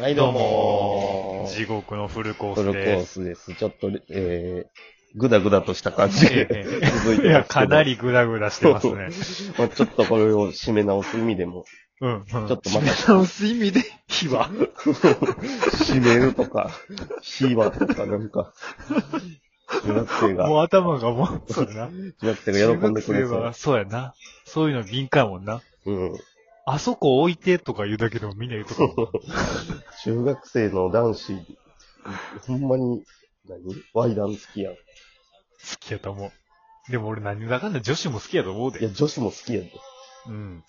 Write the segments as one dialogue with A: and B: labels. A: はい、どうも
B: 地獄のフルコー
A: フ
B: ス
A: ルコー
B: です。
A: スです。ちょっと、えー、ぐだぐだとした感じ
B: え
A: で
B: え
A: 続いてますけど。
B: いや、かなりグダグダしてますね。
A: まあちょっとこれを締め直す意味でも、
B: うん、うん。ちょ
A: ちょっとまた
B: 直す意味で、火は。
A: 締めるとか、火はとかなんか、中学生
B: も
A: が、
B: う頭がもう、そうやな。
A: 中学生が喜んでくれ
B: 中学生
A: そ
B: はそうやな。そういうの敏感やもんな。
A: う。うん。
B: あそこ置いてとか言うだけでもみんな言うとかも。
A: 中学生の男子、ほんまに、何ワイダン好きやん。い
B: 好きやと思う。でも俺何だかんだ女子も好きやと思うで。
A: や、女子も好きやで。
B: うん。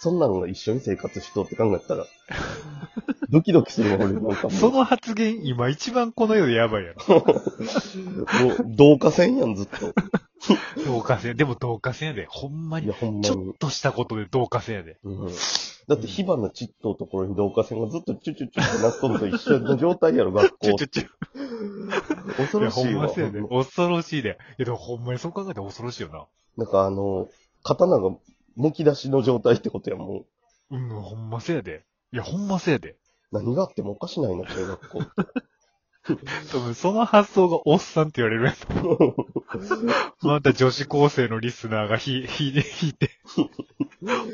A: そんなのが一緒に生活しとうって考えたら、ドキドキするわ、俺。なんかもう
B: その発言、今一番この世でやばいやろ。
A: もう、同化線やん、ずっと。
B: 同化線。でも同化線やで。ほんま
A: い
B: に
A: や、。ほんま
B: ち
A: に
B: ょっ。としたことで同化線やで。
A: うん、だって、火花ちっとうところに同化線がずっとチュチュチュってなっとんと一緒の状態やろ、学
B: ちょ
A: 校
B: ち。ょちょ。
A: 恐
B: いや、
A: ろ
B: ほ
A: し
B: ん
A: い
B: ま
A: わ。
B: そうやで。恐ろしいで。いや、でもほんまにそう考えたら恐ろしいよな。
A: なんかあの、刀が剥き出しの状態ってことやもん。
B: うん、ほんまそうやで。いや、ほんまそうやで。
A: 何があってもおかしないな、中学校。
B: 多分その発想がおっさんって言われる やつ。また女子高生のリスナーがひ、 ひ、ひいて、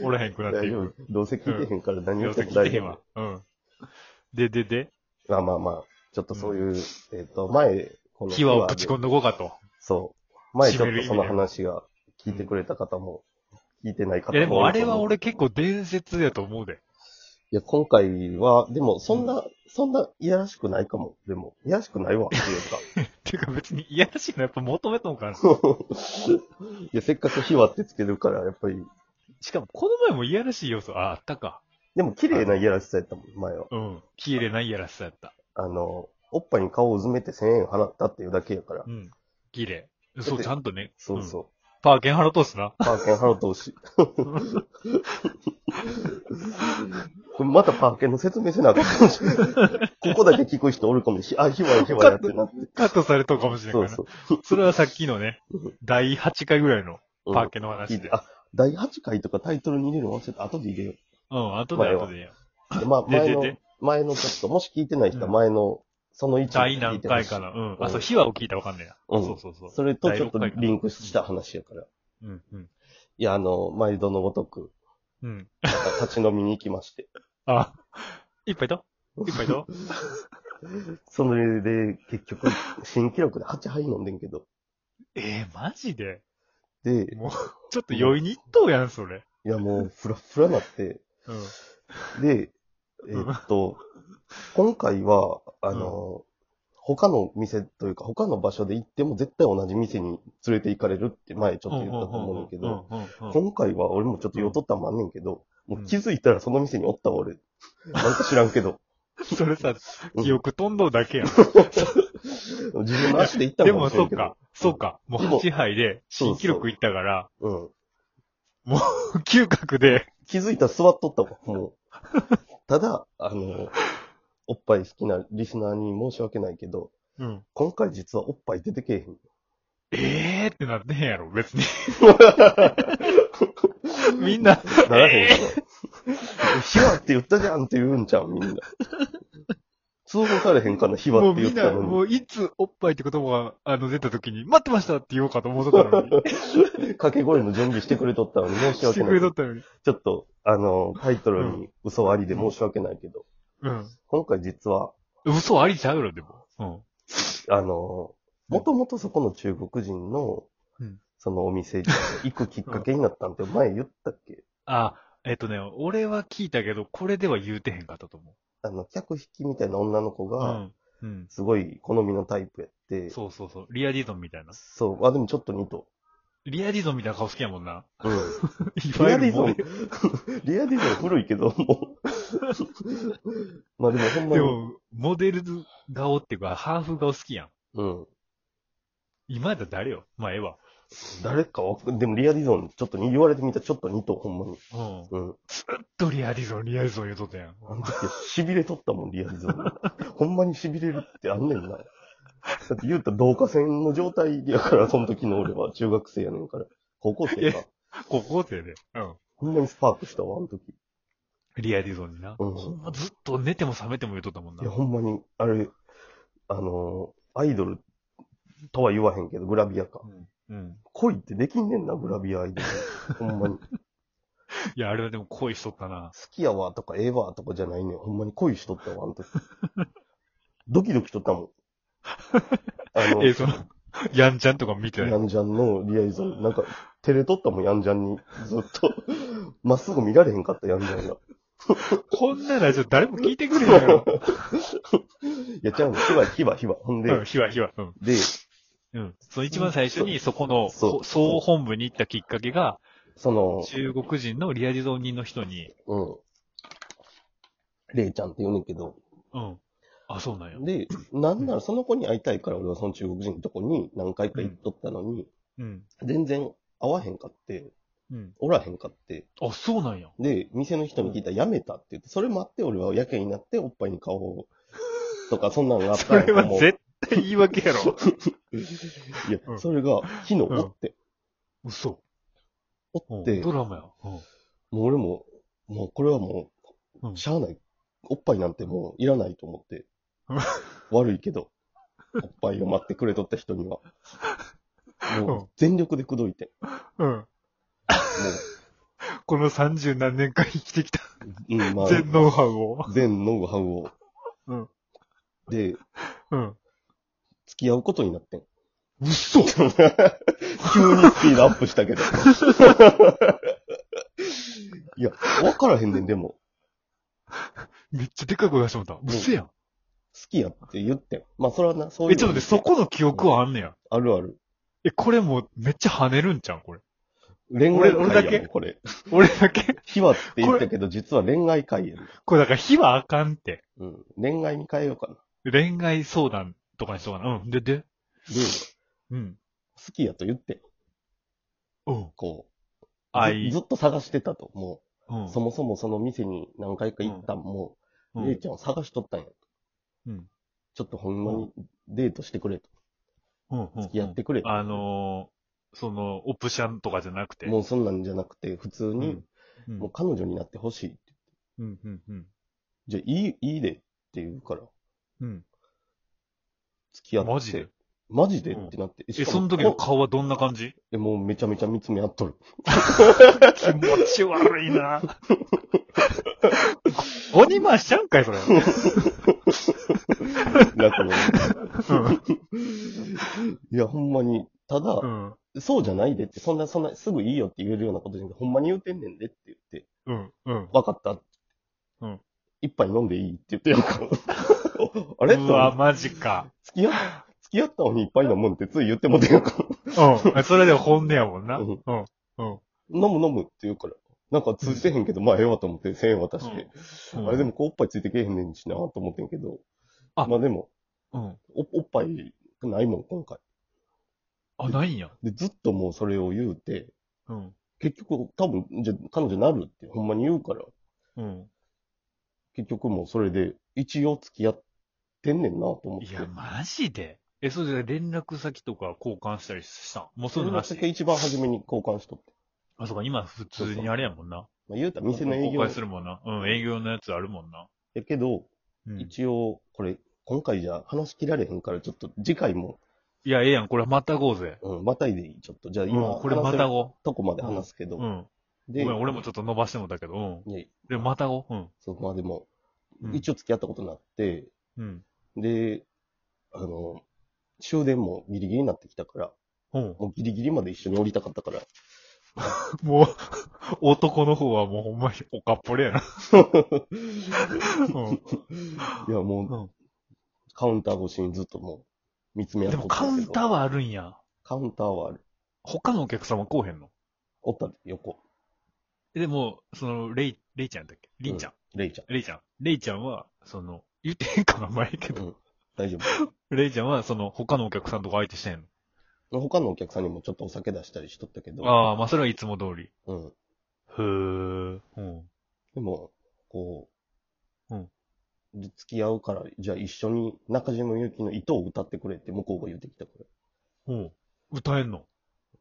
B: おらへんくなって
A: 大
B: い
A: 丈
B: く。
A: 夫。どうせ聞いてへんから何言
B: 要
A: っ
B: す
A: て
B: る
A: も
B: に
A: 大
B: てへ
A: 丈
B: んわ
A: 夫。。
B: うん。で、で、で、
A: まあまあまあ、ちょっとそういう、えっ、と、前、この
B: 火はぶち込んどこうかと。
A: そう。前ちょ
B: 締め
A: っ
B: る
A: と
B: 意味
A: そ
B: で
A: の話が聞いてくれた方も、聞いてない方も。
B: いや、でもあれは。俺結構伝説やと思うで。
A: いや、今回は、でもそんな、そんないやらしくないかも。でも、いやらしくないわ、ってい
B: ていうか別にいやらしいのやっぱ求めとんかな。
A: うか。 いや、せっかく火はってつけるから、やっぱり。
B: しかもこの前もいやらしい要素、あ、あったか。
A: でも、綺麗ないやらしさやったもん、前は。
B: うん。消えれないいやらしさやった。
A: あの、おっぱいに顔をうずめて1000円払ったっていうだけやから
B: う。ん。綺麗。
A: だ
B: そ
A: っ
B: う、
A: て
B: ちゃんとね。。
A: そうんそ
B: パーケン払うと っすな。
A: う。パーケン払うとうし。これまたパーケンの説明せなあかんかもし れない。ここだけ聞く人おるかもしれない。あ、火は火はやってなって。
B: カットされとうかもしれんか
A: そ
B: ら
A: う
B: な。
A: そう。
B: それはさっきのね、第8回ぐらいの
A: うん
B: パーケの
A: 聞い
B: 話
A: て
B: で。
A: あ、第8回とかタイトルに入れるの忘れた。後で入れよ
B: うん、後で
A: 前は
B: 後でいいよ。
A: う。まあ、
B: で
A: 前の
B: でで、
A: 前のちょっと、もし聞いてない人は
B: うん
A: 前の、その1
B: 第何回かな。うん。あ、そう、秘話を聞いたらわかんねえな。
A: うん
B: そうそうそう。
A: それとちょっと
B: 第六回か
A: リンクした話やから。
B: うん、うん。
A: いや、あの、毎度のごとく、
B: うん。
A: 立ち飲みに行きまして。
B: あ、 いっぱいといっぱいと
A: それで、結局、新記録で8杯飲んでんけど。
B: えー、マジで
A: で、
B: もう、ちょっと酔いに行っとうやん、それ。
A: いや、もう、ふらっふらなって。
B: うん。
A: で、えっと、今回は、あの、他の店というか、他の場所で行っても絶対同じ店に連れて行かれるって前ちょっと言ったと思うんだけど、
B: うんうんうんうんうん
A: 今回は俺もちょっと酔っとったんもあんねんけど、もう気づいたらその店におったわ俺。なんか知らんけ ど。
B: それさ、
A: うん
B: 記憶飛んどうだけやん。
A: 自分の足で行ったん
B: で
A: か
B: も、
A: もしれ
B: そうん
A: けど。
B: か、そうか。もう
A: でも
B: 8杯で、
A: そうそう
B: 新記録いったから、
A: うん。
B: 嗅覚で、
A: 気づいたら座っとったわ、もう。ただ、あの、おっぱい好きなリスナーに申し訳ないけど、
B: うん。
A: 今回実はおっぱい出てけえへ ん。
B: ええーってなってへんや ろ、別に。みんな、
A: ならへんから。火はって言ったじゃんって言うんちゃうみんな。通報されへんかな、火
B: も
A: は
B: う
A: って言
B: み
A: っ
B: ん
A: た
B: な、
A: のに。
B: もういつおっぱいって言葉があの出た時に、待ってましたって言おうかと思 うとったのに、
A: 掛け声の準備してくれとったのに申し
B: して
A: 訳
B: く
A: な
B: れ
A: い。
B: とったのに。
A: ちょっと、あの、タイトルに嘘ありで申し訳ないけど、
B: うん。
A: 今回実は、
B: 嘘ありちゃうよ、でも。
A: あの、もともとそこの中国人の
B: うん、
A: そのお店に行くきっかけになったんって前言ったっけ
B: うん。あ、えっとね、俺は聞いたけど、これでは言うてへんかったと思
A: あの、客引きみたいな女の子
B: う。う
A: が、
B: ん。うん。
A: すごい好みのタイプやって、
B: そうそうそう。リアディゾンみたいな。
A: そう、あ、でもちょっと似と。
B: リアディゾンみたいな顔好きやもんな。
A: うん。
B: い
A: リ
B: わ
A: ア
B: ゆ
A: デ
B: る
A: ィゾ
B: モデ
A: ン
B: ル。、
A: リアディゾン古いけど、 もう。まあでもほんまに、
B: でも、モデル顔っていうか、ハーフ顔好きやん。
A: うん。
B: 今やったら誰よまあ、ええわ。
A: 誰かわかんでもリアディゾン、ちょっとに言われてみたらちょっと似と、ほんまに。
B: うん。
A: うん。
B: とリアディゾン、リアディゾン言うとったやん。
A: あの時は痺れとったもん、リアディゾン。ほんまに 痺れるってあんねんな。だって言うたら同化線の状態やから、その時の俺は中学生やねんから。高校生か。
B: 高校生で。うん。
A: ほんまにスパークしたわ、あの時。
B: リアリゾンにな。
A: うん
B: ほんまずっと寝ても覚めても言うとったもんな。
A: いや、ほんまに、あれ、あのーアイドルとは言わへんけど、グラビアか。
B: うん。うん。
A: 恋ってできんねんな、グラビアアイドル。ほんまに。好
B: いや、あれはでも恋しとったな。
A: きやわとか、ええわとかじゃないねん。ほんまに恋しとったわ、あの時。ドキドキしとったも ん。あの
B: え、その、ヤンちゃんとか見てな
A: ヤ
B: い。
A: ンジャンのリアリゾン、なんか、照れとったもん、ヤンジャンに。ずっと。 まっすぐ見られへんかった、ヤンジャンが。
B: こんなラジオ誰も聞いてくれへんやろ。
A: いや、ちゃうの、ひば、ひば、ひば。ほん
B: うん、
A: で、
B: ひわひわ。うん。
A: で、
B: うん。その一番最初にそこの、
A: そう
B: ほ総本部に行ったきっかけが、
A: その、
B: 中国人のリアリゾン人の人に、
A: うん。レイちゃんって言うねんけど。
B: うん。あ、そうなんや。
A: で、なんならその子に会いたいから、俺はその中国人のとこに何回か行っとったのに、
B: うん。
A: 全然会わへんかって、
B: うん。
A: おらへんかって。
B: あ、そうなんや。
A: で、店の人に聞いたらやめたって言って、それもあって俺はやけになっておっぱいに顔を、とか、そんなんがあった
B: そ
A: んや
B: れ
A: と思う
B: は絶対言い訳やろ。
A: いや、
B: うん
A: それが、昨日、
B: うん
A: おって、
B: 嘘。
A: お
B: うん
A: って、
B: ド
A: も
B: ラマや。うん。
A: う俺も、もうこれはも
B: う
A: う、
B: ん
A: しゃあない。おっぱいなんてもういらないと思 って
B: うん。
A: 悪いけど、おっぱいを待ってくれとった人には。も
B: う
A: う、全力で口説いて。
B: うん。この三十何年間生きてきた
A: もう、 うん、まあ、
B: 全ノウハウを。
A: 全ノウハウを。
B: うん
A: で、
B: うん。
A: 付き合うことになってん。
B: 嘘
A: 急にスピードアップした けど。いや、わからへんねん、でも。
B: めっちゃでっかい声出してもうた。嘘やん。
A: 好きやって言ってん。まあ、それはな、そういう。
B: え、ちょっと待って、そ。この記憶はあんねや。
A: あるある。
B: え、これもうめっちゃ跳ねるんちゃうこれ。
A: 恋愛会や
B: 俺俺だけ
A: もんこれ。
B: 俺だけ
A: 秘話って言ったけど、実は恋愛会やねん
B: これだから火はあかんって。
A: うん。恋愛に変えようかな。
B: 恋愛相談とかにしとかな。うん。で、で。
A: で、
B: うん。
A: 好きやと言ってん、
B: うん。
A: こう。
B: 愛
A: ずずっと探してたと。も
B: う
A: う、
B: ん。
A: そもそもその店に何回か行ったんも、
B: う
A: レイ
B: ん。
A: ちゃんを探しとったんや。
B: うん。
A: ちょっとほんまにデートしてくれと。
B: うん。うん
A: 付き合ってくれと。
B: あのー、その、オプションとかじゃなくて。
A: もうそんなんじゃなくて、普通
B: う
A: に
B: ん、。うん
A: もう彼女になってほしいって。
B: うん。うん。うん。
A: じゃあ、いい、いいでって言うから、
B: うん。
A: 付き合って。
B: マジで
A: マジでってなって。
B: え、
A: しかも
B: その時の顔はどんな感じ
A: え、もうめちゃめちゃ見つめ合っとる。
B: 気持ち悪いな。鬼回しちゃうんかい、それ。
A: なんかも
B: うん。
A: ういや、ほんまに。ただ、
B: うん。
A: そうじゃないでって、そんな、そんな、すぐいいよって言えるようなことじゃなくて、ほんまに言うてんねんでって言って、
B: うん。うん。
A: わかった。
B: うん。
A: 一杯飲んでいいって言ってやるから。 あれ
B: うわ、
A: と、
B: マジか。
A: 付き合っ、付き合ったのに一杯飲むんってつい言ってもてんやから。
B: うん。それで本音やもんな。
A: う
B: うんん。うん。
A: 飲む飲むって言うから。なんか通じてへんけど、まあええわと思って1000円渡して。あれでも、こうおっぱいついてけえへんねんしなと思ってんけど。
B: あ
A: まあでも、
B: うん。
A: おおっぱいないもん、今回。
B: あ、ないんや。
A: で、ずっともうそれを言うて、
B: うん。
A: 結局、多分、じゃあ彼女なるってほんまに言うから、
B: うん。
A: 結局もうそれで、一応付き合ってんねんなと思って。
B: いや、マジで。え、それで連絡先とか交換したりしたんもう
A: そ
B: そういう
A: れ
B: のな
A: だ
B: し
A: け。一番初めに交換しとって。
B: あ、そうか、今普通にあれやもんな。
A: まあ、言うたら店の営
B: 公
A: 業
B: 開するもんな。うん、営業のやつあるもんな。
A: やけど、
B: うん。い
A: 一応、これ、今回じゃ話し切られへんから、ちょっと次回も、
B: や、ええやん、これまたごうぜ。
A: うん、またいでいい。ちょっと、じゃあ
B: う
A: 今、
B: ん、これまた
A: 話せる
B: ごう。
A: とこまで話すけど。
B: うん。ご
A: で、
B: めん、俺もちょっと伸ばしてもだけど、うん。
A: いや
B: で、またごう。
A: そう、まあでも、
B: うん。
A: 一
B: 応。
A: 応付き合ったことになって、
B: うん。
A: で、あの、終電もギリギリになってきたから、
B: うん。
A: もうギリギリまで一緒に降りたかったから、
B: もう、 男の方はもうほんまにおかっぽれやな。 うん
A: いや、もう、
B: うん
A: カウンター越しにずっともう、見つめ合って
B: で
A: た
B: も
A: けど
B: カウンターはあるんや。
A: カウンターはある。
B: 他のお客様来おへんの
A: おったで、横。
B: えでも、その、レイ、レイちゃんだっけリンちゃん。
A: レイちゃん。
B: レイちゃん。レイちゃんは、その、言ってへんかな、前け
A: う
B: ど。
A: ん、大丈夫。
B: レイちゃんは、その、他のお客さんとか相手してん
A: 他のお客さんにもちょっとお酒出したりしとったけ
B: の
A: ど、
B: ああ、まあ、それはいつも通り。
A: うん。
B: へーうん。
A: でも、こう、
B: うん
A: で付き合うから、じゃあ一緒に中島みゆきの糸を歌ってくれって向こうが言ってきたから。
B: うん。歌えんの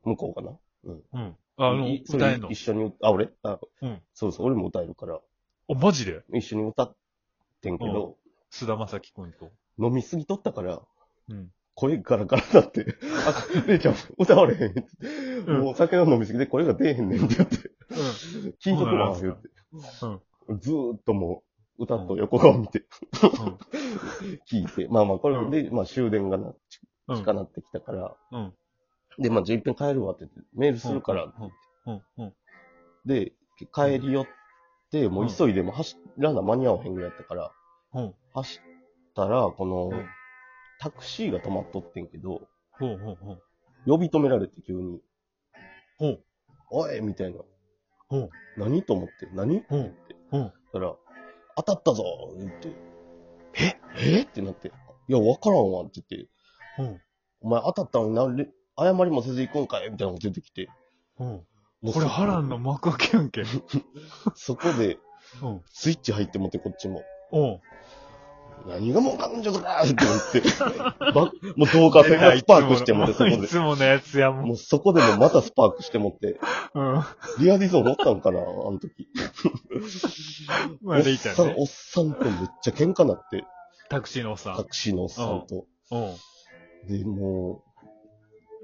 A: 向こうかな。うん。
B: うん。あの、
A: いそれ
B: 歌えんの
A: 一緒に、あ、俺あ、
B: うん
A: そうそう、俺も歌えるから、
B: お、マジで
A: 一緒に歌ってんけど、
B: 菅田将暉くんと。
A: 飲みすぎとったから、
B: うん。
A: 声ガラガラになって、あ、レイちゃん、歌われへんって。
B: うん
A: もう酒を飲みすぎて声が出えへんねんって言って、聞いとくわ、
B: そ
A: 言
B: うな
A: っ
B: ん
A: て。
B: うん。
A: ずーっともう、歌と横顔見て、
B: うん。
A: 聞いて。まあまあ、こ
B: うん
A: れで、まあ終電がな、
B: うん。
A: 近なってきたから、
B: うん。
A: で、まあ、じゃあ一遍帰るわって言って、メールするから、
B: うん。うん。
A: で、帰り寄って、もう急いで、もう走らな間に合わへんぐらいやったから、
B: うん。
A: 走ったら、この
B: うん、
A: タクシーが止まっとってんけど、
B: ほうほうほう。
A: 呼び止められて急に、
B: ほう。
A: おいみたいな。
B: ほう。
A: 何と思って、何って
B: ほ
A: 言っ
B: う
A: て。
B: ほう。
A: たら、当たったぞって言って、ええってなって、いや、わからんわって言って、
B: ほう。
A: お前当たったのになんで謝りもせず行くんかいみたいなのが出てきて。
B: ほ
A: も
B: う。
A: う
B: これ
A: そ
B: 波乱の幕開けやんけ。
A: そこで、
B: うん。
A: スイッチ入ってもって、こっちも。
B: おう。
A: 何がもう彼女だーって思って、 ばもう動画線がスパークしてもって、そこで
B: い。つものやつやもん。
A: もうそこでもまたスパークしてもって、
B: うん。
A: リアディゾンおったんかな、あの時。
B: まあ、レイちゃ
A: おっ
B: ん
A: さん、
B: ね。
A: おっさんとめっちゃ喧嘩なって、
B: タクシーのおっさ
A: タ
B: ん。
A: クシーのおっさんと。
B: おう。
A: で、も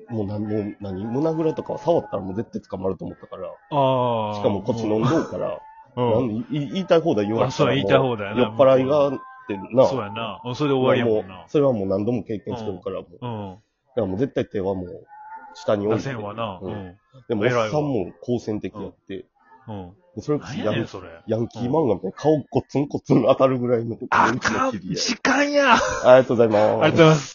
A: う、もう何、もう何、胸ぐらとかは触ったらもう絶対捕まると思ったから、
B: ああ。
A: しかもこっち飲んどうから、
B: うん。
A: なんい言いたい放題言われ
B: あ、そうや、言いたい放題や
A: 題
B: な。
A: 酔っ払いがあってな、
B: そうやな。うんそれで終わりやもん
A: も
B: な
A: う。それはもう何度も経験してるから、もう
B: うん。
A: だからもう絶対手はもう、下に置い
B: 打
A: て。
B: 線はな。
A: う
B: うんん。
A: でも、おっさんも好戦的やって、
B: うん。
A: それこそ
B: 何
A: ヤ
B: やね
A: ン
B: ん、それ。
A: ヤンキー漫画みたいに顔コツンコツン当たるぐらいの。
B: あかん
A: 切り合い
B: 時間やあ
A: ありがとうございます。
B: りがとうございます。